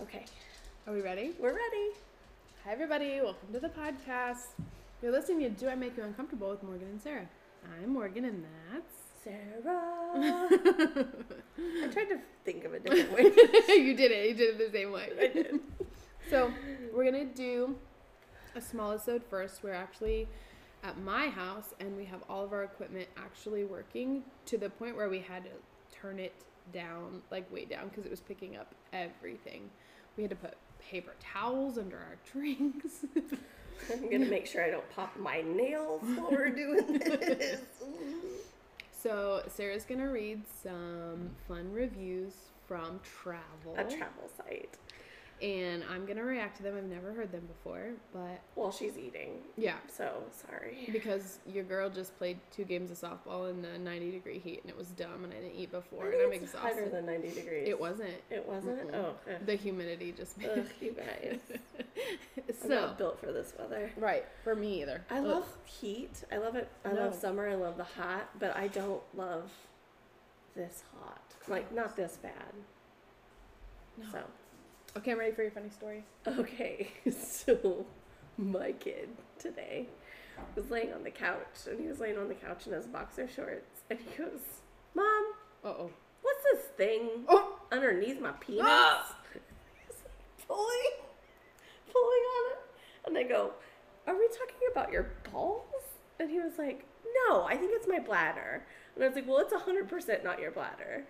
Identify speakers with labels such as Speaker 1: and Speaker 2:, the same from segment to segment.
Speaker 1: Okay,
Speaker 2: Are we ready?
Speaker 1: we're ready.
Speaker 2: Hi, everybody. Welcome to the podcast. You're listening to Do I Make You Uncomfortable with Morgan and Sarah. I'm Morgan, and that's.
Speaker 1: Sarah. I tried to think of a different way.
Speaker 2: you did it. You did it the same way.
Speaker 1: I did.
Speaker 2: So, we're going to do a small episode first. We're actually at my house, and we have all of our equipment actually working to the point where we had to turn it down, like way down, because it was picking up everything. We had to put paper towels under our drinks.
Speaker 1: I'm gonna make sure I don't pop my nails while we're doing this.
Speaker 2: So Sarah's gonna read some fun reviews from travel,
Speaker 1: a travel site
Speaker 2: and I'm gonna react to them. I've never heard them before, but
Speaker 1: while she's eating.
Speaker 2: yeah,
Speaker 1: So sorry.
Speaker 2: because your girl just played two games of softball in the 90 degree heat, and it was dumb, and I didn't eat before, and I'm
Speaker 1: It's hotter
Speaker 2: exhausted.
Speaker 1: than 90 degrees.
Speaker 2: It wasn't.
Speaker 1: It wasn't.
Speaker 2: Mm-mm.
Speaker 1: Oh, ugh.
Speaker 2: The humidity just made
Speaker 1: Ugh, you guys.
Speaker 2: it
Speaker 1: I'm
Speaker 2: so
Speaker 1: not built for this weather.
Speaker 2: right for me either.
Speaker 1: I
Speaker 2: Ugh.
Speaker 1: love heat. I love it. I love
Speaker 2: No.
Speaker 1: summer. I love the hot, but I don't love this hot. Like not this bad.
Speaker 2: No.
Speaker 1: So
Speaker 2: Okay, I'm ready for your funny story.
Speaker 1: Okay, so my kid today was laying on the couch, and he was laying on the couch in his boxer shorts, and he goes, "Mom,
Speaker 2: Uh oh.
Speaker 1: what's this thing
Speaker 2: Oh.
Speaker 1: underneath my penis?"
Speaker 2: Ah!
Speaker 1: He's like pulling, pulling on it, and I go, "Are we talking about your balls?" And he was like, "No, I think it's my bladder." And I was like, "Well, it's hundred percent not your bladder."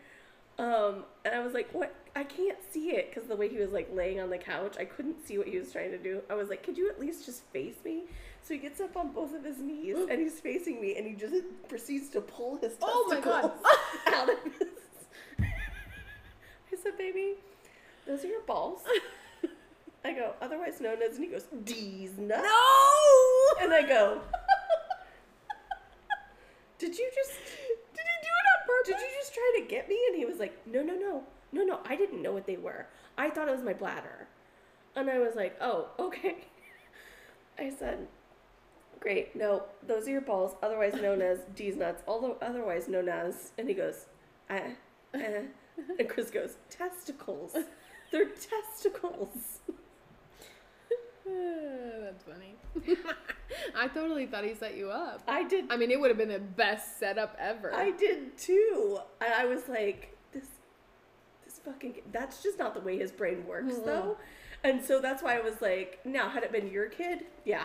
Speaker 1: Um, and I was like, "What? I can't see it because the way he was like laying on the couch, I couldn't see what he was trying to do." I was like, "Could you at least just face me?" So he gets up on both of his knees and he's facing me, and he just proceeds to pull his testicles
Speaker 2: Oh my God.
Speaker 1: out of his. I said, "Baby, those are your balls." I go, "Otherwise known as," and he goes, "D's nuts."
Speaker 2: No.
Speaker 1: And I go, "Did you just?"
Speaker 2: Did you do it on purpose?
Speaker 1: Did you just try to get me? And he was like, No, no, no, no, no. I didn't know what they were. I thought it was my bladder. And I was like, Oh, okay. I said, Great. No, those are your balls, otherwise known as D's nuts, although otherwise known as. And he goes, eh, eh. And Chris goes, Testicles. They're testicles.
Speaker 2: Uh, That's funny. I totally thought he set you up.
Speaker 1: I did.
Speaker 2: I mean, it would have been the best setup ever.
Speaker 1: I did too. And I was like, this, this fucking, kid- that's just not the way his brain works
Speaker 2: Mm-mm.
Speaker 1: though. And so that's why I was like, now, had it been your kid, yeah.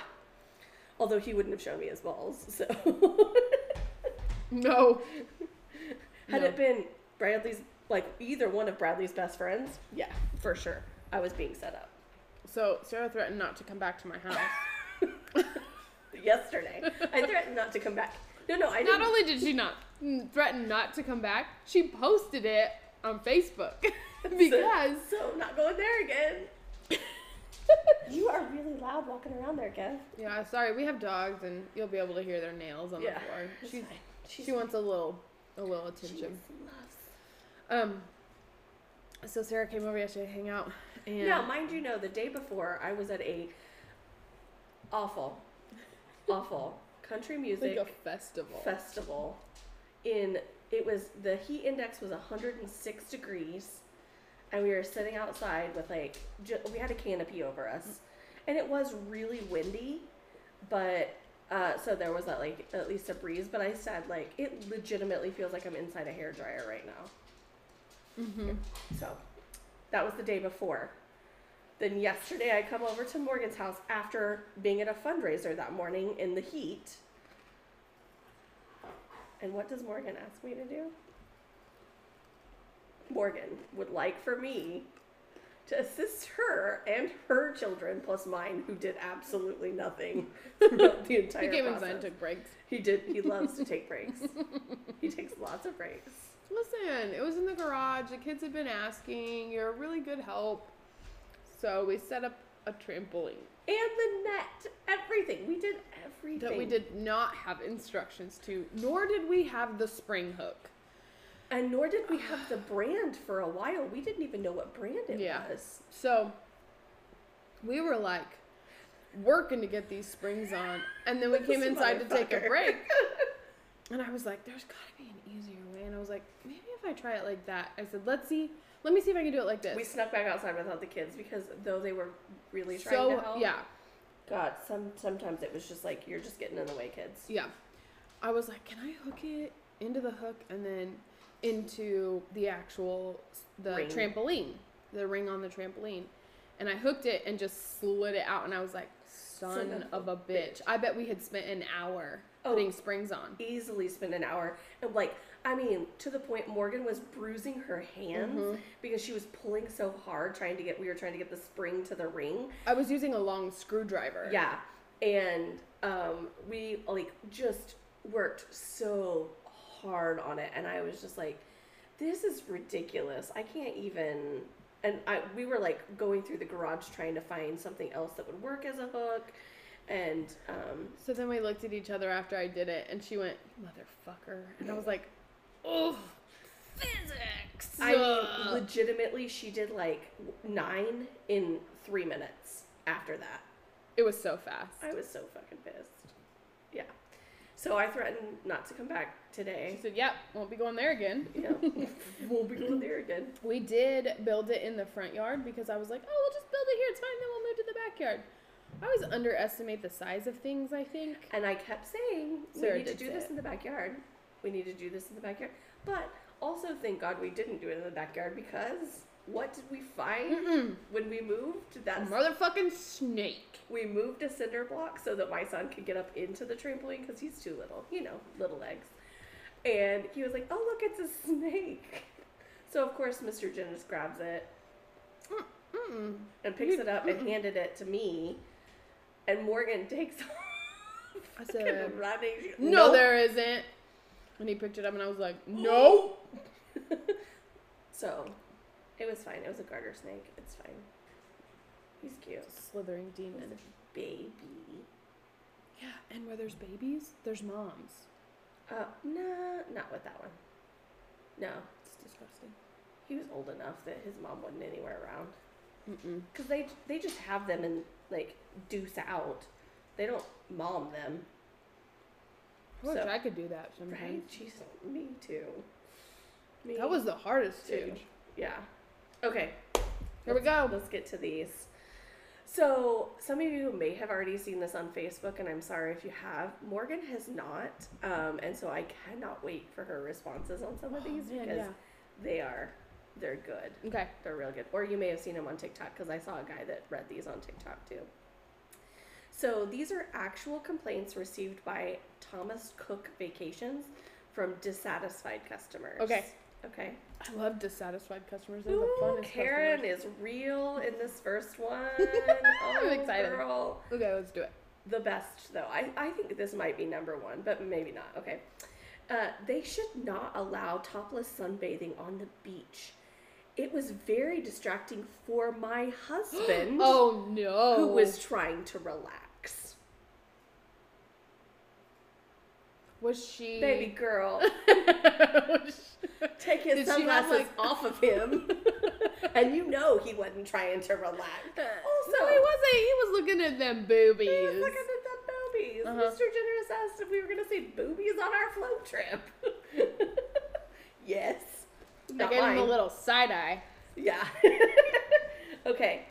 Speaker 1: Although he wouldn't have shown me his balls. So
Speaker 2: no.
Speaker 1: had
Speaker 2: No.
Speaker 1: it been Bradley's, like either one of Bradley's best friends, yeah, for sure. I was being set up
Speaker 2: So Sarah threatened not to come back to my house.
Speaker 1: yesterday. I threatened not to come back. No, no, I
Speaker 2: not
Speaker 1: didn't.
Speaker 2: only did she not mm, threaten not to come back, she posted it on Facebook because
Speaker 1: So, not going there again. You are really loud walking around there, Kev.
Speaker 2: yeah, sorry, we have dogs and you'll be able to hear their nails on
Speaker 1: Yeah.
Speaker 2: the floor.
Speaker 1: It's
Speaker 2: She's,
Speaker 1: fine. She's
Speaker 2: she wants a little a little
Speaker 1: she
Speaker 2: attention.
Speaker 1: loves
Speaker 2: Um. So Sarah came over yesterday to hang out, and
Speaker 1: Now, mind you, know the day before I was at a awful, awful country music
Speaker 2: like a festival.
Speaker 1: festival. In it was the heat index was 106 degrees, and we were sitting outside with like ju- we had a canopy over us, and it was really windy, but. Uh, so there was that like at least a breeze, but I said like it legitimately feels like I'm inside a hairdryer right now.
Speaker 2: mm-hmm.
Speaker 1: So that was the day before. Then yesterday, I come over to Morgan's house after being at a fundraiser that morning in the heat. And what does Morgan ask me to do? Morgan would like for me to assist her and her children, plus mine, who did absolutely nothing throughout the entire
Speaker 2: He came
Speaker 1: process.
Speaker 2: inside and took breaks.
Speaker 1: he did. He loves to take breaks. he takes lots of breaks.
Speaker 2: Listen, it was in the garage. The kids had been asking. You're a really good help. So we set up a trampoline
Speaker 1: and the net, everything. We did everything.
Speaker 2: that we did not have instructions to, nor did we have the spring hook.
Speaker 1: and nor did we have the brand for a while. We didn't even know what brand it
Speaker 2: Yeah.
Speaker 1: was.
Speaker 2: So we were like working to get these springs on. And then we came
Speaker 1: This
Speaker 2: inside to take a
Speaker 1: motherfucker.
Speaker 2: break. And I was like, there's got to be an easier way. And I was like, maybe if I try it like that. I said, let's see Let me see if I can do it like this.
Speaker 1: We snuck back outside without the kids because though they were really trying
Speaker 2: so
Speaker 1: to help,
Speaker 2: yeah,
Speaker 1: God, some sometimes it was just like you're just getting in the way, kids.
Speaker 2: yeah. I was like, can I hook it into the hook and then into the actual the
Speaker 1: Ring.
Speaker 2: trampoline, the ring on the trampoline, and I hooked it and just slid it out, and I was like, son, of a bitch. I bet we had spent an hour
Speaker 1: Oh.
Speaker 2: putting springs on.
Speaker 1: Easily spend an hour and like I mean to the point Morgan was bruising her hands
Speaker 2: Mm-hmm.
Speaker 1: because she was pulling so hard trying to get we were trying to get the spring to the ring
Speaker 2: I was using a long screwdriver.
Speaker 1: Yeah. And um, we like just worked so hard on it and I was just like, this is ridiculous. I can't even and I we were like going through the garage trying to find something else that would work as a hook. And um,
Speaker 2: So then we looked at each other after I did it, and she went, "Motherfucker," and I was like, "Oh, physics."
Speaker 1: I mean,
Speaker 2: Ugh.
Speaker 1: legitimately, she did like nine in three minutes after that.
Speaker 2: it was so fast.
Speaker 1: I was so fucking pissed. Yeah. So I threatened not to come back
Speaker 2: She
Speaker 1: today.
Speaker 2: said, "Yep, won't be going there again."
Speaker 1: Yeah. we'll be going there again.
Speaker 2: We did build it in the front yard because I was like, "Oh, we'll just build it here. It's fine. Then we'll move to the backyard." I always underestimate the size of things. I think.
Speaker 1: And I kept saying,
Speaker 2: Sarah
Speaker 1: we need to
Speaker 2: did
Speaker 1: do
Speaker 2: say
Speaker 1: this
Speaker 2: it.
Speaker 1: in the backyard. We need to do this in the backyard. But also, thank God we didn't do it in the backyard because what did we find when we moved? That
Speaker 2: Motherfucking snake.
Speaker 1: we moved a cinder block so that my son could get up into the trampoline because he's too little, you know, little legs. And he was like, "Oh look, it's a snake." So of course, Mr. Jennings grabs it
Speaker 2: Mm-mm.
Speaker 1: and picks
Speaker 2: Mm.
Speaker 1: it up and handed it to me. And Morgan takes off.
Speaker 2: I
Speaker 1: fucking
Speaker 2: said,
Speaker 1: running. She-
Speaker 2: No,
Speaker 1: Nope.
Speaker 2: there isn't. And he picked it up, and I was like, "No."
Speaker 1: So, it was fine. It was a garter snake. It's fine. He's cute.
Speaker 2: Slithering demon.
Speaker 1: Baby.
Speaker 2: Yeah, and where there's babies, there's moms.
Speaker 1: Uh, nah, not with that one. No,
Speaker 2: It's disgusting.
Speaker 1: he was old enough that his mom wasn't anywhere around.
Speaker 2: Mm-mm.
Speaker 1: Cause they they just have them and like deuce out. They don't mom them,
Speaker 2: I wish
Speaker 1: So-
Speaker 2: I could do that sometimes.
Speaker 1: right? Jesus, me too. Me
Speaker 2: Mm-hmm. That was the hardest
Speaker 1: too.
Speaker 2: too.
Speaker 1: Yeah. Okay.
Speaker 2: Here we go.
Speaker 1: Let's get to these. So, some of you may have already seen this on Facebook, and I'm sorry if you have. Morgan has not, um, and so I cannot wait for her responses on some of these
Speaker 2: Oh, man,
Speaker 1: because
Speaker 2: yeah.
Speaker 1: they are they're good.
Speaker 2: Okay.
Speaker 1: They're real good. Or you may have seen them on TikTok because I saw a guy that read these on TikTok too. So these are actual complaints received by Thomas Cook Vacations from dissatisfied customers.
Speaker 2: Okay.
Speaker 1: Okay.
Speaker 2: I love dissatisfied customers. They're the
Speaker 1: Ooh,
Speaker 2: funnest
Speaker 1: Karen
Speaker 2: customers.
Speaker 1: is real in this first one.
Speaker 2: I'm
Speaker 1: Oh,
Speaker 2: excited.
Speaker 1: girl.
Speaker 2: Okay, let's do it.
Speaker 1: The best, though. I, I think this might be number one, but maybe not. Okay. Uh, they should not allow topless sunbathing on the beach. It was very distracting for my husband,
Speaker 2: Oh no.
Speaker 1: who was trying to relax.
Speaker 2: was she?
Speaker 1: Baby girl,
Speaker 2: Was she-
Speaker 1: take his
Speaker 2: Did she have,
Speaker 1: sunglasses
Speaker 2: like-
Speaker 1: off of him. and you know he wasn't trying to relax. Also,
Speaker 2: Uh, no, he wasn't. He was looking at them boobies.
Speaker 1: He was looking at the boobies.
Speaker 2: Uh-huh.
Speaker 1: Mr. Generous asked if we were going to see boobies on our float trip. yes.
Speaker 2: I
Speaker 1: Not
Speaker 2: gave him a
Speaker 1: mine.
Speaker 2: little side eye.
Speaker 1: Yeah. okay.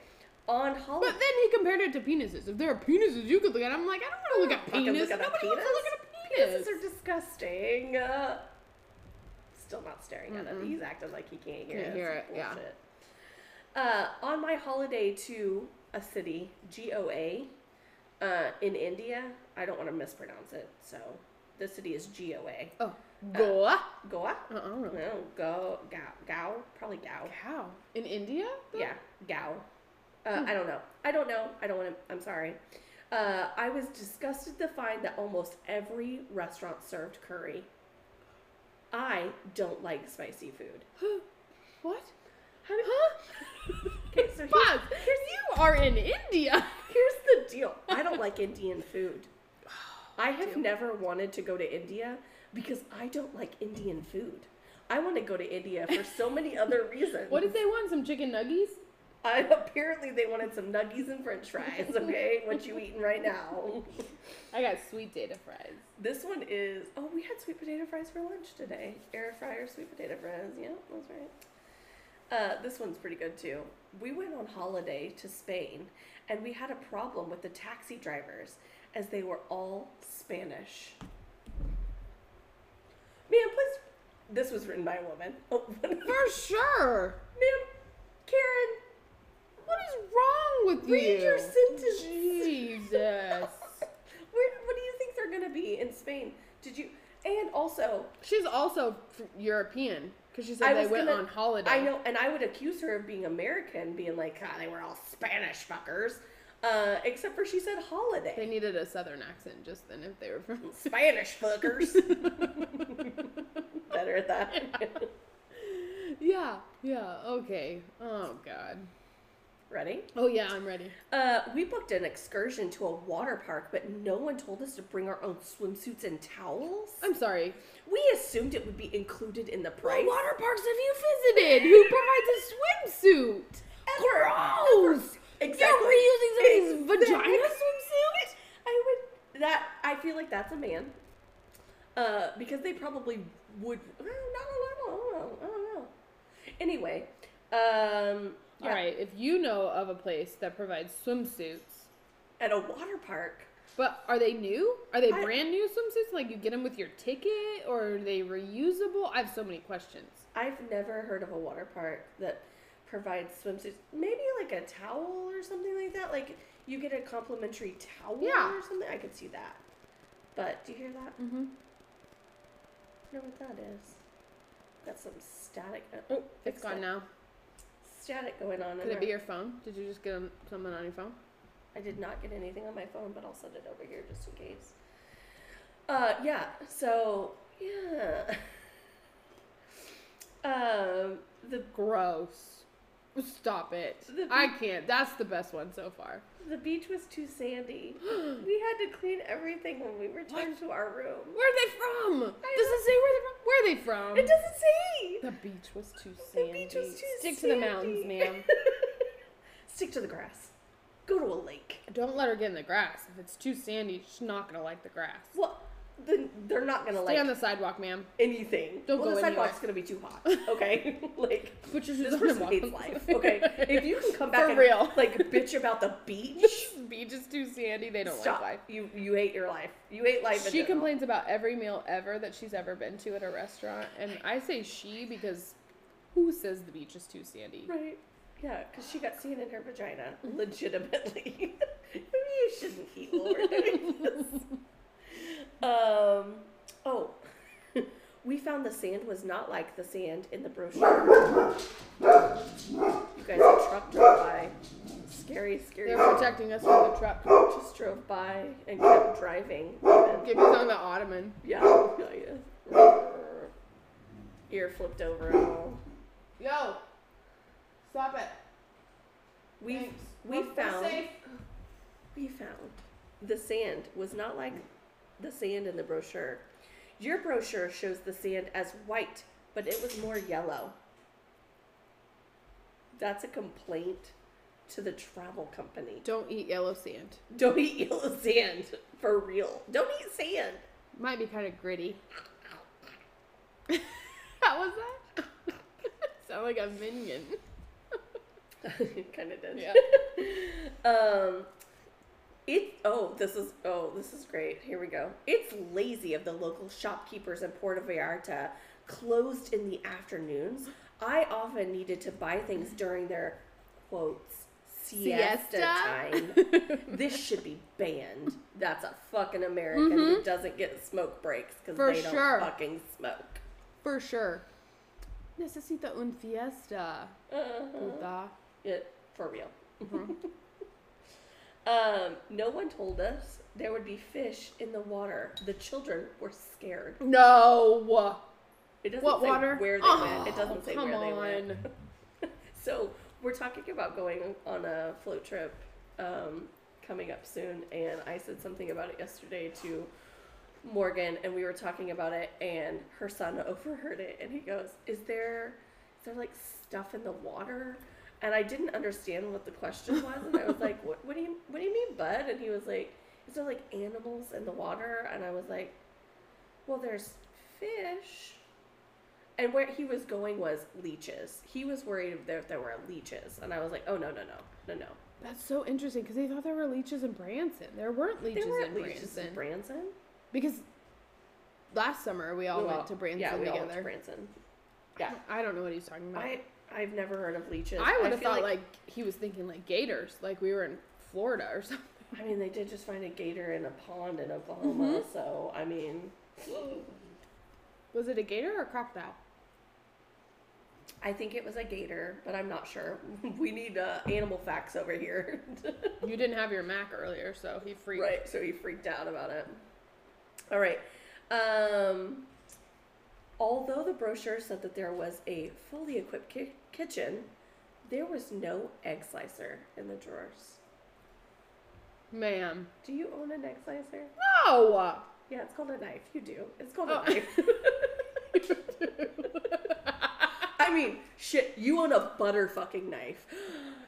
Speaker 1: On
Speaker 2: But
Speaker 1: Halloween.
Speaker 2: then he compared it to penises. If there are penises, you could look at. I'm like, I don't want to look at
Speaker 1: fucking look
Speaker 2: penis.
Speaker 1: at a
Speaker 2: Nobody wants to look at a penis.
Speaker 1: Penises are disgusting. Uh, still not staring at it.
Speaker 2: Mm-mm.
Speaker 1: He's acting like he can't hear
Speaker 2: Can't
Speaker 1: it.
Speaker 2: hear
Speaker 1: It's
Speaker 2: it, yeah.
Speaker 1: bullshit. Uh, on my holiday to a city, GOA, uh, in India, I don't want to mispronounce it, so the city is GOA.
Speaker 2: Oh, Goa.
Speaker 1: Goa?
Speaker 2: Uh uh
Speaker 1: No, go, Gao, Gao, probably Gao.
Speaker 2: Cow. In India? though?
Speaker 1: Yeah, Gao. Uh, I don't know. I don't know. I don't want to. I'm sorry. Uh, I was disgusted to find that almost every restaurant served curry. I don't like spicy food.
Speaker 2: What?
Speaker 1: Huh? okay, so here's,
Speaker 2: Bob, you are in India.
Speaker 1: here's the deal I don't like Indian food. I have never wanted to go to India because I don't like Indian food. I want to go to India for so many other reasons.
Speaker 2: What did they want? Some chicken nuggies?
Speaker 1: I, apparently, they wanted some nuggies and french fries, okay? what you eating right now?
Speaker 2: I got sweet data fries.
Speaker 1: This one is oh we had sweet potato fries for lunch today. Air fryer sweet potato fries. Yeah, that's right. Uh, this one's pretty good too. We went on holiday to Spain and we had a problem with the taxi drivers as they were all Spanish. Ma'am, please. This was written by a woman. Oh, ma'am,
Speaker 2: For sure.
Speaker 1: Karen,
Speaker 2: What is wrong with you?
Speaker 1: Read your sentence.
Speaker 2: Jesus.
Speaker 1: where, what do you think they're going to be in Spain? Did you. And also,
Speaker 2: She's also f- European because she said
Speaker 1: I
Speaker 2: they
Speaker 1: was
Speaker 2: went
Speaker 1: gonna-
Speaker 2: on holiday.
Speaker 1: I know, and I would accuse her of being American, being like, God, they were all Spanish fuckers. Uh, except for she said holiday.
Speaker 2: They needed a southern accent just then if they were from.
Speaker 1: Spanish fuckers. Better at that.
Speaker 2: yeah, yeah, okay. Oh, God.
Speaker 1: Ready?
Speaker 2: Oh, yeah, I'm ready.
Speaker 1: Uh, we booked an excursion to a water park, but no one told us to bring our own swimsuits and towels.
Speaker 2: I'm sorry.
Speaker 1: We assumed it would be included in the price.
Speaker 2: What water parks have you visited? Who provides a swimsuit?
Speaker 1: Ever.
Speaker 2: Gross!
Speaker 1: Exactly.
Speaker 2: You're reusing somebody's
Speaker 1: Exactly.
Speaker 2: vagina swimsuit?
Speaker 1: I would. That I feel like that's a man. Uh, because they probably would. uh, I don't know. I don't know. I don't know. Anyway, um,
Speaker 2: All
Speaker 1: yeah,
Speaker 2: right, if you know of a place that provides swimsuits,
Speaker 1: at a water park.
Speaker 2: But are they new? Are they
Speaker 1: I-
Speaker 2: brand new swimsuits? Like you get them with your ticket, or are they reusable? I have so many questions.
Speaker 1: I've never heard of a water park that provides swimsuits. Maybe like a towel or something like that. Like you get a complimentary towel
Speaker 2: Yeah.
Speaker 1: or something. I could see that. But do you hear that?
Speaker 2: Mm-hmm.
Speaker 1: I know what that is. Got some static. Oh,
Speaker 2: It's
Speaker 1: fixed
Speaker 2: gone
Speaker 1: it.
Speaker 2: now.
Speaker 1: Static going on.
Speaker 2: Could
Speaker 1: in
Speaker 2: it be
Speaker 1: our-
Speaker 2: your phone? Did you just get 'em- something on your phone?
Speaker 1: I did not get anything on my phone, but I'll send it over here just in case. Uh, yeah. So yeah. um, the
Speaker 2: Gross. Stop it.
Speaker 1: The-
Speaker 2: I can't. That's the best one so far.
Speaker 1: The beach was too sandy. we had to clean everything when we returned to our room.
Speaker 2: Where are they from? Does
Speaker 1: I
Speaker 2: it say where they're from? Where are they from?
Speaker 1: It doesn't say.
Speaker 2: The beach was too
Speaker 1: The
Speaker 2: sandy.
Speaker 1: beach was too
Speaker 2: Stick
Speaker 1: sandy.
Speaker 2: to the mountains, ma'am.
Speaker 1: Stick to the grass. Go to a lake.
Speaker 2: Don't let her get in the grass. If it's too sandy, she's not gonna like the grass.
Speaker 1: Well, then they're not gonna
Speaker 2: Stay
Speaker 1: like
Speaker 2: on the sidewalk, ma'am.
Speaker 1: anything.
Speaker 2: Don't
Speaker 1: well,
Speaker 2: go
Speaker 1: the
Speaker 2: anywhere.
Speaker 1: sidewalk's gonna be too hot. Okay, like
Speaker 2: Put your shoes
Speaker 1: this
Speaker 2: on and
Speaker 1: person
Speaker 2: walk
Speaker 1: hates
Speaker 2: on the
Speaker 1: life.
Speaker 2: sidewalk.
Speaker 1: Okay, if you can come back
Speaker 2: For
Speaker 1: and
Speaker 2: real.
Speaker 1: like bitch about the beach,
Speaker 2: beach is too sandy. They don't
Speaker 1: stop.
Speaker 2: like
Speaker 1: You you hate your life. You hate life.
Speaker 2: life.
Speaker 1: in
Speaker 2: She
Speaker 1: general.
Speaker 2: complains about every meal ever that she's ever been to at a restaurant, and I say she because who says the beach is too sandy?
Speaker 1: Right. Yeah, because she got seen in her vagina, legitimately. Maybe you shouldn't eat while we're doing this. Um, oh, we found the sand was not like the sand in the brochure. You guys, a truck drove by. Scary, scary.
Speaker 2: They're protecting us from the truck.
Speaker 1: truck just drove by and kept driving. And,
Speaker 2: Give me on the ottoman.
Speaker 1: yeah, yeah, yeah. Ear flipped over and all.
Speaker 2: Yo, stop it.
Speaker 1: We we found. we found the sand was not like the sand in the brochure. Your brochure shows the sand as white, but it was more yellow. That's a complaint to the travel company.
Speaker 2: Don't eat yellow sand.
Speaker 1: Don't eat yellow sand for real. Don't eat sand.
Speaker 2: Might be kind of gritty. How was that? Sound like a minion.
Speaker 1: kind of did. Um, it oh this is oh this is great. Here we go. It's lazy of the local shopkeepers in Puerto Vallarta. Closed in the afternoons. I often needed to buy things during their quotes siesta, time. this should be banned. That's a fucking American who doesn't get smoke breaks because
Speaker 2: Mm-hmm. For
Speaker 1: they don't
Speaker 2: sure.
Speaker 1: fucking smoke.
Speaker 2: For sure. Necesita un fiesta.
Speaker 1: Uh-huh.
Speaker 2: puta.
Speaker 1: It, for real.
Speaker 2: Mm-hmm.
Speaker 1: um, no one told us there would be fish in the water. The children were scared.
Speaker 2: No.
Speaker 1: It doesn't
Speaker 2: What
Speaker 1: say
Speaker 2: water?
Speaker 1: where they
Speaker 2: Oh,
Speaker 1: went. It doesn't say
Speaker 2: come
Speaker 1: where they
Speaker 2: on.
Speaker 1: went. So we're talking about going on a float trip um, coming up soon, and I said something about it yesterday to Morgan, and we were talking about it, and her son overheard it, and he goes, "Is there, is there like stuff in the water?" And I didn't understand what the question was, and I was like, "What? What do you? What do you mean, bud?" And he was like, "Is there like animals in the water?" And I was like, "Well, there's fish." and where he was going was leeches. He was worried that there were leeches, and I was like, oh no no no no no.
Speaker 2: That's so interesting because they thought there were leeches in Branson. There weren't leeches
Speaker 1: There weren't
Speaker 2: in
Speaker 1: leeches
Speaker 2: Branson
Speaker 1: in Branson.
Speaker 2: because last summer we all
Speaker 1: We
Speaker 2: went to Branson
Speaker 1: yeah, we
Speaker 2: together.
Speaker 1: All went to Branson. Yeah,
Speaker 2: I don't know what he's talking about.
Speaker 1: I I've never heard of leeches.
Speaker 2: I would have
Speaker 1: feel
Speaker 2: thought like, he was thinking like gators, like we were in Florida or something.
Speaker 1: I mean, they did just find a gator in a pond in Oklahoma,
Speaker 2: Mm-hmm.
Speaker 1: so I mean,
Speaker 2: Was it a gator or a crocodile?
Speaker 1: I think it was a gator, but I'm not sure. We need uh, animal facts over here.
Speaker 2: You didn't have your Mac earlier, so he freaked.
Speaker 1: right, so he freaked out about it. All right. Um, although the brochure said that there was a fully equipped ki- kitchen, there was no egg slicer in the drawers.
Speaker 2: Ma'am.
Speaker 1: Do you own an egg slicer?
Speaker 2: No!
Speaker 1: Yeah, it's called a knife. You do. It's called
Speaker 2: Oh.
Speaker 1: a knife. I mean, shit, you own a butter fucking knife.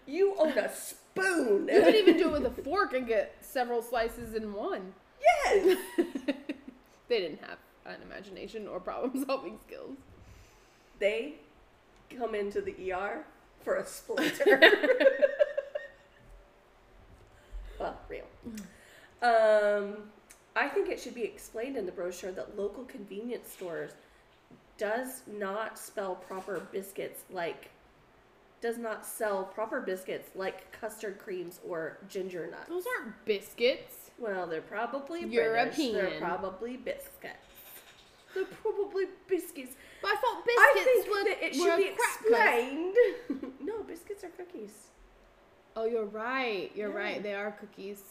Speaker 1: You own a spoon.
Speaker 2: You could even do it with a fork and get several slices in one.
Speaker 1: yes.
Speaker 2: They didn't have an imagination or problem solving skills.
Speaker 1: They come into the ER for a splinter. well, real. Um, I think it should be explained in the brochure that local convenience stores does not spell proper biscuits like does not sell proper biscuits like custard creams or ginger nuts.
Speaker 2: Those aren't biscuits.
Speaker 1: Well, they're probably British. They're
Speaker 2: European.
Speaker 1: probably biscuits. They're probably biscuits.
Speaker 2: But I thought biscuits
Speaker 1: I think
Speaker 2: were,
Speaker 1: that it
Speaker 2: were
Speaker 1: should
Speaker 2: a
Speaker 1: be
Speaker 2: crack cookie.
Speaker 1: explained. no, biscuits are cookies.
Speaker 2: Oh, you're right. You're
Speaker 1: Yeah.
Speaker 2: right. They are cookies.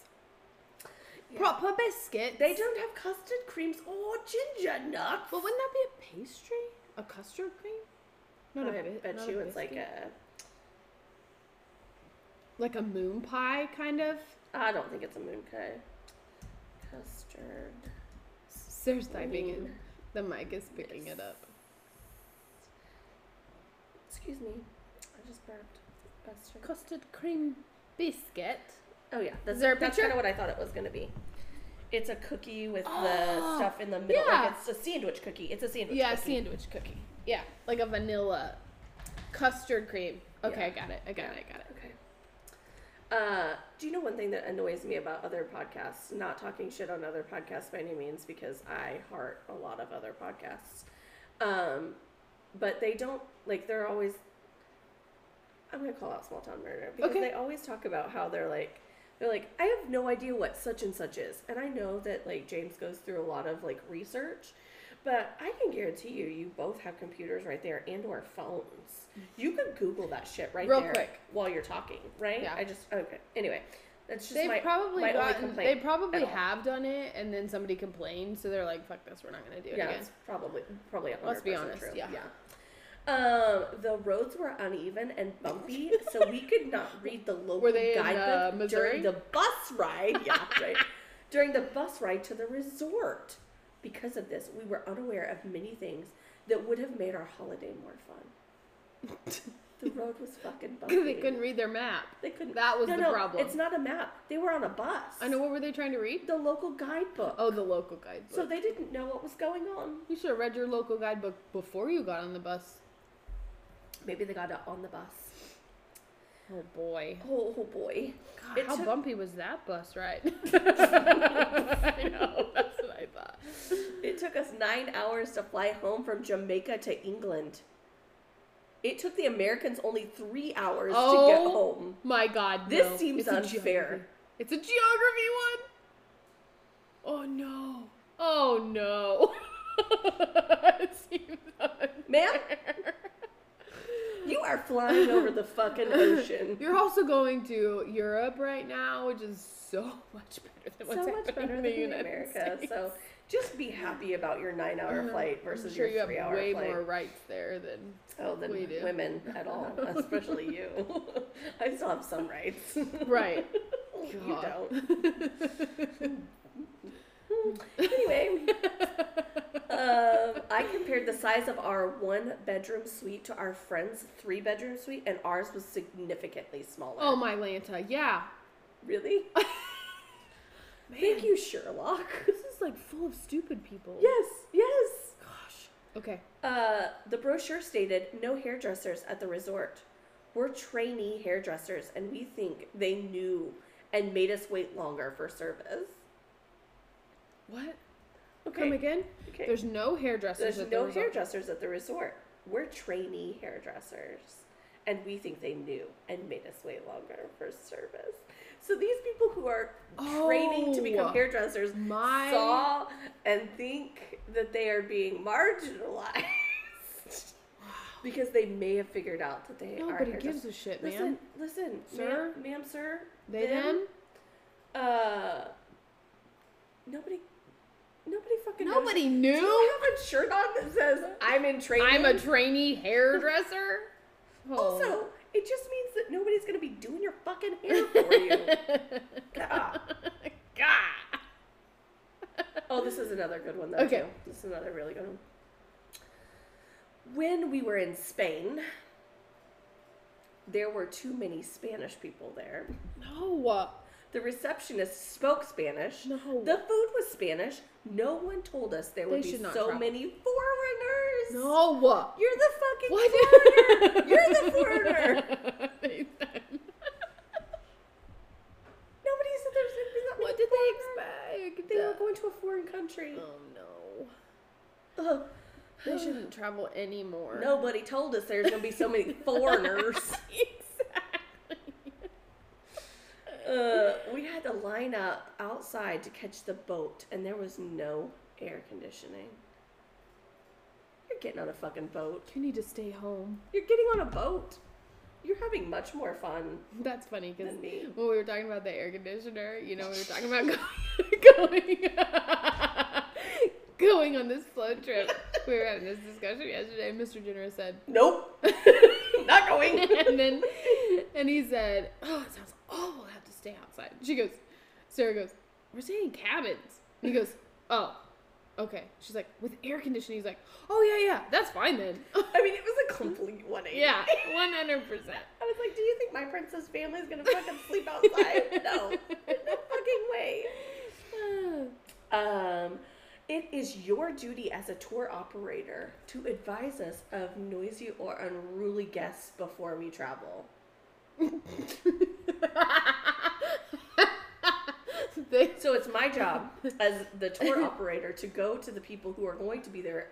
Speaker 1: Yeah.
Speaker 2: Proper biscuits.
Speaker 1: They don't have custard creams or ginger nuts.
Speaker 2: But wouldn't that be a pastry? A custard cream?
Speaker 1: I
Speaker 2: Oh, Not a bit.
Speaker 1: bet you it's like a.
Speaker 2: like a moon pie kind of.
Speaker 1: I don't think it's a moon pie. Custard.
Speaker 2: Sarah's typing in.
Speaker 1: cream.
Speaker 2: The mic is picking it up.
Speaker 1: Excuse me, I just burped. Custard.
Speaker 2: Custard cream biscuit.
Speaker 1: Oh yeah, that's,
Speaker 2: Is there a
Speaker 1: that's
Speaker 2: picture?
Speaker 1: kind of what I thought it was gonna be. It's a cookie with the
Speaker 2: Oh,
Speaker 1: stuff in the middle. Like
Speaker 2: yeah.
Speaker 1: it's a sandwich cookie. It's a sandwich.
Speaker 2: yeah,
Speaker 1: cookie.
Speaker 2: sandwich cookie. Yeah, like a vanilla custard cream. Okay, I got it. I got it. I got it.
Speaker 1: Okay. Uh, do you know one thing that annoys me about other podcasts? Not talking shit on other podcasts by any means, because I heart a lot of other podcasts. Um, but they don't like they're always. I'm gonna call out Small Town Murder because
Speaker 2: Okay.
Speaker 1: they always talk about how they're like they're like I have no idea what such and such is, and I know that like James goes through a lot of like research. But I can guarantee you, you both have computers right there and or phones. You could Google that shit right
Speaker 2: Real
Speaker 1: there
Speaker 2: quick.
Speaker 1: while you're talking, right?
Speaker 2: Yeah.
Speaker 1: I just okay. Anyway, that's just
Speaker 2: They've
Speaker 1: my
Speaker 2: probably
Speaker 1: my only
Speaker 2: gotten. They
Speaker 1: complaint.
Speaker 2: probably
Speaker 1: at all.
Speaker 2: have done it, and then somebody complained, so they're like, "Fuck this, we're not gonna do it
Speaker 1: yeah,
Speaker 2: again."
Speaker 1: it's probably probably a hundred
Speaker 2: Let's be
Speaker 1: percent
Speaker 2: honest,
Speaker 1: True.
Speaker 2: yeah.
Speaker 1: Um, the roads were uneven and bumpy, so we could not read the local
Speaker 2: Were they in,
Speaker 1: guidebook
Speaker 2: uh, Missouri?
Speaker 1: during the bus ride. Yeah, right. During the bus ride to the resort. Because of this, we were unaware of many things that would have made our holiday more fun. the road was fucking bumpy.
Speaker 2: Because they couldn't read their map.
Speaker 1: They couldn't.
Speaker 2: That was
Speaker 1: no,
Speaker 2: the
Speaker 1: no,
Speaker 2: problem.
Speaker 1: It's not a map. They were on a bus.
Speaker 2: I know. What were they trying to read?
Speaker 1: The local guidebook.
Speaker 2: Oh, the local guidebook.
Speaker 1: So they didn't know what was going on.
Speaker 2: you should have read your local guidebook before you got on the bus.
Speaker 1: Maybe they got it on the bus.
Speaker 2: Oh boy.
Speaker 1: Oh, oh boy.
Speaker 2: God,
Speaker 1: It
Speaker 2: how
Speaker 1: took-
Speaker 2: bumpy was that bus ride? I know. That's what I thought.
Speaker 1: It took us nine hours to fly home from Jamaica to England. It took the Americans only three hours to get
Speaker 2: Oh.
Speaker 1: home.
Speaker 2: My God.
Speaker 1: This
Speaker 2: no.
Speaker 1: seems
Speaker 2: a
Speaker 1: unfair.
Speaker 2: geography- It's a geography one. Oh no. Oh no. it seems unfair.
Speaker 1: Ma'am, you are flying over the fucking ocean.
Speaker 2: You're also going to Europe right now, which is so much better than what's
Speaker 1: so much
Speaker 2: happening
Speaker 1: better
Speaker 2: in
Speaker 1: than
Speaker 2: the
Speaker 1: in
Speaker 2: United
Speaker 1: America.
Speaker 2: States. Uh-huh.
Speaker 1: So just be happy about your nine hour flight versus
Speaker 2: I'm sure
Speaker 1: your
Speaker 2: you
Speaker 1: three
Speaker 2: have
Speaker 1: hour
Speaker 2: way
Speaker 1: flight.
Speaker 2: more rights there than
Speaker 1: Oh, than
Speaker 2: We do.
Speaker 1: women at all, especially you. I still have some rights.
Speaker 2: right.
Speaker 1: you
Speaker 2: God.
Speaker 1: don't. Hmm. anyway, um, I compared the size of our one bedroom suite to our friend's three bedroom suite, and ours was significantly smaller.
Speaker 2: Oh my Lanta, yeah.
Speaker 1: really? Thank you, Sherlock.
Speaker 2: This is like full of stupid people.
Speaker 1: yes, yes.
Speaker 2: Gosh. Okay.
Speaker 1: Uh, the brochure stated no hairdressers at the resort. We're trainee hairdressers, and we think they knew and made us wait longer for service.
Speaker 2: What?
Speaker 1: Okay.
Speaker 2: Come again?
Speaker 1: okay. There's,
Speaker 2: There's no hairdressers. at the
Speaker 1: no
Speaker 2: resort.
Speaker 1: hairdressers at the resort. We're trainee hairdressers, and we think they knew and made us wait longer for service. So these people who are training to
Speaker 2: Oh.
Speaker 1: become hairdressers
Speaker 2: My
Speaker 1: saw and think that they are being marginalized because they may have figured out that they are.
Speaker 2: nobody
Speaker 1: hairdressers.
Speaker 2: gives a shit, man.
Speaker 1: listen, listen,
Speaker 2: Sir?
Speaker 1: ma'am, ma'am, sir,
Speaker 2: they them?
Speaker 1: Uh, nobody, nobody fucking. knows.
Speaker 2: Nobody
Speaker 1: Do
Speaker 2: knew.
Speaker 1: you have a shirt on that says "I'm in training"?
Speaker 2: I'm a trainee hairdresser. Oh.
Speaker 1: also, it just means that nobody's gonna be doing your fucking hair for you. God.
Speaker 2: God.
Speaker 1: Oh, this is another good one though.
Speaker 2: Okay.
Speaker 1: Too. This is another really good one. When we were in Spain, there were too many Spanish people there.
Speaker 2: No.
Speaker 1: The receptionist spoke Spanish.
Speaker 2: No.
Speaker 1: The food was Spanish. No one told us there would
Speaker 2: They
Speaker 1: be
Speaker 2: should not
Speaker 1: so
Speaker 2: travel.
Speaker 1: many foreigners.
Speaker 2: No.
Speaker 1: You're the fucking
Speaker 2: What?
Speaker 1: You're the foreigner. Nobody said there was going to be that many
Speaker 2: what did
Speaker 1: foreigners.
Speaker 2: they expect?
Speaker 1: They were going to a foreign country.
Speaker 2: Oh no.
Speaker 1: Ugh.
Speaker 2: They shouldn't travel anymore.
Speaker 1: Nobody told us there's going to be so many foreigners.
Speaker 2: exactly.
Speaker 1: Uh, we had to line up outside to catch the boat, and there was no air conditioning. You're getting on a fucking boat.
Speaker 2: You need to stay home.
Speaker 1: You're getting on a boat. You're having much more fun
Speaker 2: That's funny because
Speaker 1: than me.
Speaker 2: when we were talking about the air conditioner, you know, we were talking about going going, going on this float trip. We were having this discussion yesterday. and Mr. Jenner said,
Speaker 1: Nope. Not going.
Speaker 2: and then and he said, "Oh, it sounds awful. I have to stay outside." She goes, Sarah goes, "We're staying in cabins." And he goes, "Oh, okay." She's like, "With air conditioning." He's like, "Oh yeah, yeah, that's fine then."
Speaker 1: I mean, it was a complete 180.
Speaker 2: yeah, one hundred percent.
Speaker 1: I was like, do you think my princess family's going to fucking sleep outside? no. No fucking way.
Speaker 2: Uh,
Speaker 1: Um, it is your duty as a tour operator to advise us of noisy or unruly guests before we travel.
Speaker 2: they,
Speaker 1: So it's my job as the tour operator to go to the people who are going to be there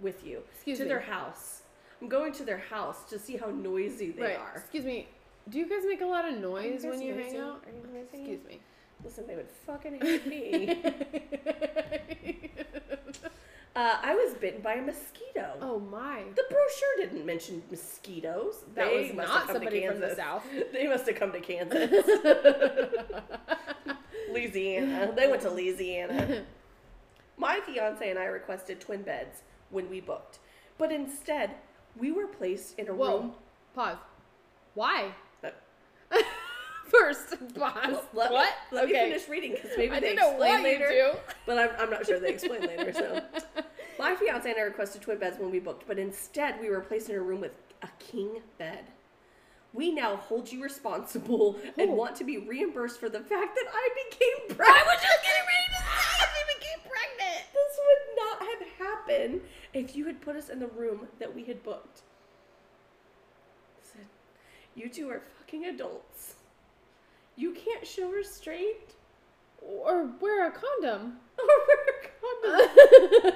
Speaker 1: with you
Speaker 2: Excuse
Speaker 1: to
Speaker 2: me.
Speaker 1: their house. I'm going to their house to see how noisy they
Speaker 2: right.
Speaker 1: are.
Speaker 2: Excuse me. Do you guys make a lot of
Speaker 1: Are you
Speaker 2: noise
Speaker 1: guys
Speaker 2: when you
Speaker 1: noisy?
Speaker 2: hang out?
Speaker 1: Are you noisy?
Speaker 2: Excuse me.
Speaker 1: Listen, they would fucking hate me. uh, I was bitten by a mosquito.
Speaker 2: oh my.
Speaker 1: The brochure didn't mention mosquitoes.
Speaker 2: That
Speaker 1: They
Speaker 2: was
Speaker 1: must
Speaker 2: not
Speaker 1: have come to
Speaker 2: somebody from the
Speaker 1: Kansas.
Speaker 2: south.
Speaker 1: They must have come to Kansas. Louisiana. They went to Louisiana. My fiance and I requested twin beds when we booked, but instead we were placed in a
Speaker 2: Whoa.
Speaker 1: room.
Speaker 2: Pause. Why?
Speaker 1: That, oh,
Speaker 2: First, pause.
Speaker 1: let
Speaker 2: what?
Speaker 1: Me, let
Speaker 2: okay.
Speaker 1: me finish reading because maybe
Speaker 2: I
Speaker 1: they
Speaker 2: didn't know
Speaker 1: explain
Speaker 2: what
Speaker 1: later.
Speaker 2: you do.
Speaker 1: But I'm, I'm not sure they explain later. So, my fiance and I requested twin beds when we booked, but instead we were placed in a room with a king bed. We now hold you responsible
Speaker 2: Oh.
Speaker 1: and want to be reimbursed for the fact that I became pregnant. I was just getting ready to say I became pregnant. This would not have happened if you had put us in the room that we had booked. I said, you two are fucking adults. You can't show restraint
Speaker 2: Or wear a condom.
Speaker 1: or wear a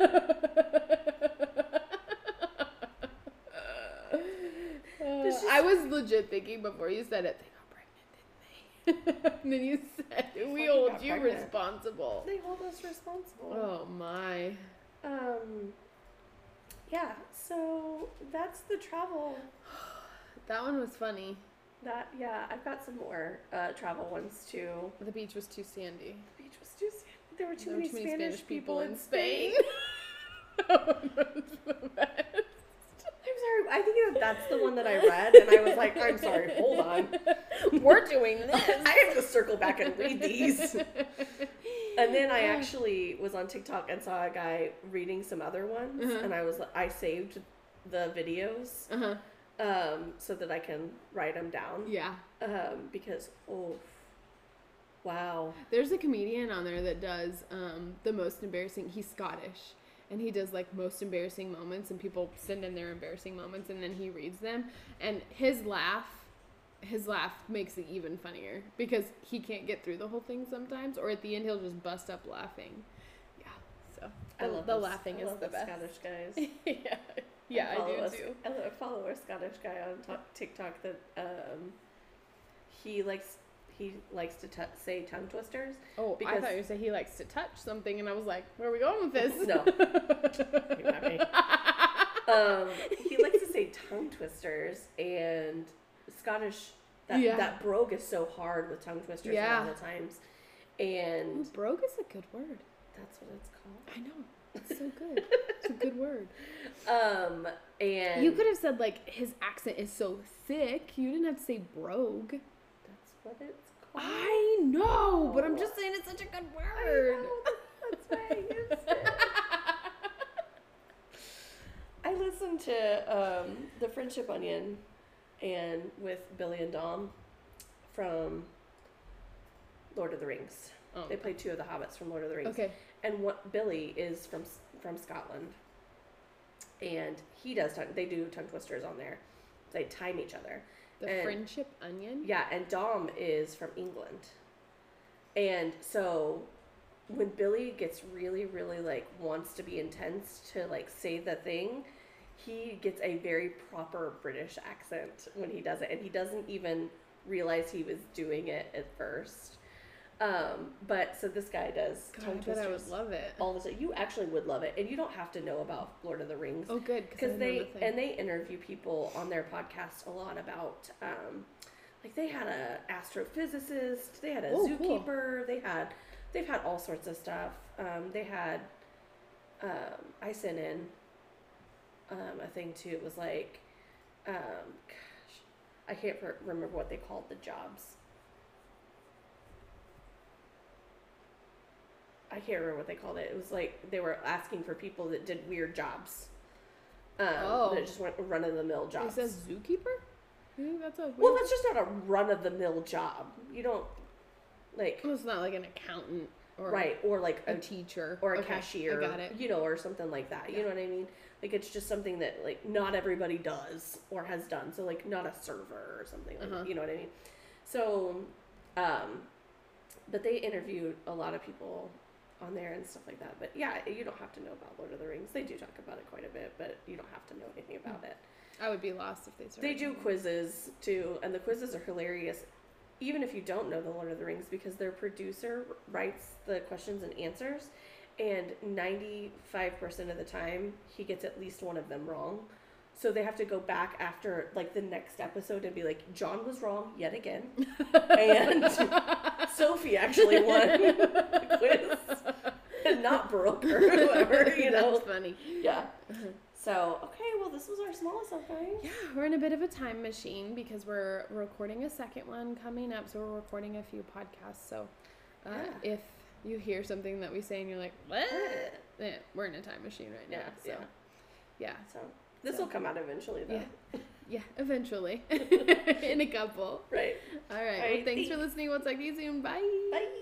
Speaker 1: condom.
Speaker 2: Uh, I was legit thinking before you said it. They got pregnant, didn't they? and then you said we
Speaker 1: fucking
Speaker 2: hold
Speaker 1: got
Speaker 2: you
Speaker 1: pregnant.
Speaker 2: responsible.
Speaker 1: They hold us responsible.
Speaker 2: Oh my.
Speaker 1: Um, yeah, so that's the travel.
Speaker 2: That one was funny.
Speaker 1: That yeah, I've got some more uh, travel ones too.
Speaker 2: The beach was too sandy.
Speaker 1: The beach was too sad. There were too
Speaker 2: There were
Speaker 1: many, Spanish, people, in Spain. I'm sorry. I think that that's the one that I read, and I was like, I'm sorry. Hold on.
Speaker 2: We're doing
Speaker 1: I have to circle back and read these. And then I actually was on TikTok and saw a guy reading some other ones,
Speaker 2: Uh-huh.
Speaker 1: and I was I saved the videos
Speaker 2: Uh-huh.
Speaker 1: um, so that I can write them down.
Speaker 2: Yeah.
Speaker 1: Um, because oh, wow,
Speaker 2: There's a comedian on there that does um, the most embarrassing. He's Scottish, and he does like most embarrassing moments, and people send in their embarrassing moments, and then he reads them, and his laugh. His laugh makes it even funnier because he can't get through the whole thing sometimes, or at the end he'll just bust up laughing. Yeah, so
Speaker 1: I
Speaker 2: the-
Speaker 1: love
Speaker 2: the
Speaker 1: those-
Speaker 2: laughing
Speaker 1: I
Speaker 2: is
Speaker 1: love
Speaker 2: the
Speaker 1: those
Speaker 2: best.
Speaker 1: Scottish guys.
Speaker 2: yeah, yeah, I,
Speaker 1: follow
Speaker 2: do
Speaker 1: a,
Speaker 2: too.
Speaker 1: I lo- follow a Scottish guy on to- TikTok that um, he likes he likes to t- say tongue twisters.
Speaker 2: Oh, I
Speaker 1: Because-
Speaker 2: thought you said he likes to touch something, and I was like, where are we going with this?
Speaker 1: No. You're not me. Um, he likes to say tongue twisters and Scottish. That
Speaker 2: Yeah.
Speaker 1: that brogue is so hard with tongue twisters
Speaker 2: Yeah.
Speaker 1: all the times, and
Speaker 2: Broke is a good word.
Speaker 1: that's what it's called.
Speaker 2: I know. It's so good. it's a good word.
Speaker 1: Um, and
Speaker 2: You could have said, like, his accent is so thick. You didn't have to say brogue.
Speaker 1: That's what it's called.
Speaker 2: I know, but I'm just saying it's such a good
Speaker 1: I
Speaker 2: word.
Speaker 1: know, that's why I used it. I listened to um, the Friendship Onion, and with Billy and Dom from Lord of the Rings.
Speaker 2: Oh.
Speaker 1: They play two of the hobbits from Lord of the Rings,
Speaker 2: Okay.
Speaker 1: and what Billy is from S- from Scotland, and he does tongue, they do tongue twisters on there. They time each other.
Speaker 2: The
Speaker 1: And-
Speaker 2: friendship onion.
Speaker 1: Yeah, and Dom is from England. And so when Billy gets really, really like wants to be intense to like say the thing, he gets a very proper British accent when he does it. And he doesn't even realize he was doing it at first. Um, but so this guy does
Speaker 2: God, I
Speaker 1: tongue
Speaker 2: bet I would
Speaker 1: twisters
Speaker 2: love it.
Speaker 1: all the time. You actually would love it. And you don't have to know about Lord of the Rings
Speaker 2: Oh, good. I
Speaker 1: because
Speaker 2: know
Speaker 1: they
Speaker 2: nothing.
Speaker 1: and they interview people on their podcast a lot about um, like they had a astrophysicist they had a
Speaker 2: Oh, cool.
Speaker 1: zookeeper they had they've had all sorts of stuff um, they had um, i sent in um, a thing too it was like um, gosh i can't re- remember what they called the jobs I can't remember what they called it. It was like they were asking for people that did weird jobs. Um,
Speaker 2: Oh.
Speaker 1: That just went run of the mill
Speaker 2: It
Speaker 1: jobs.
Speaker 2: says zookeeper? I think that's a weird
Speaker 1: well, that's just not a run of the mill job. You don't like
Speaker 2: Well, it's not like an accountant or
Speaker 1: right or like
Speaker 2: a
Speaker 1: a
Speaker 2: teacher
Speaker 1: or a
Speaker 2: Okay,
Speaker 1: cashier,
Speaker 2: I got it.
Speaker 1: you know, or something like that. You know what I mean? Like it's just something that like not everybody does or has done. So like not a server or something. Like,
Speaker 2: Uh-huh.
Speaker 1: that. You know what I mean? So, um, but they interviewed a lot of people on there and stuff like that. But yeah, you don't have to know about Lord of the Rings. They do talk about it quite a bit, but you don't have to know anything
Speaker 2: Hmm.
Speaker 1: about it.
Speaker 2: I would be lost if they started.
Speaker 1: They do quizzes too, and the quizzes are hilarious, even if you don't know the Lord of the Rings, because their producer writes the questions and answers, and 95% of the time, he gets at least one of them wrong. So they have to go back after like the next episode and be like, John was wrong yet again, and Sophie actually won the quiz, and not Brooke or whoever, you know. Uh-huh.
Speaker 2: That's funny.
Speaker 1: Yeah. So okay, well this was our smallest of guys.
Speaker 2: Yeah, we're in a bit of a time machine because we're recording a second one coming up, so we're recording a few podcasts. So uh,
Speaker 1: Yeah.
Speaker 2: if you hear something that we say and you're like, what? Eh, we're in a time machine right now.
Speaker 1: Yeah,
Speaker 2: so
Speaker 1: yeah.
Speaker 2: yeah.
Speaker 1: So this will come out eventually, though.
Speaker 2: Yeah. Yeah, eventually. in a couple.
Speaker 1: Right.
Speaker 2: All right. Well,
Speaker 1: Alright,
Speaker 2: thanks for listening. We'll talk to you soon. Bye.
Speaker 1: Bye.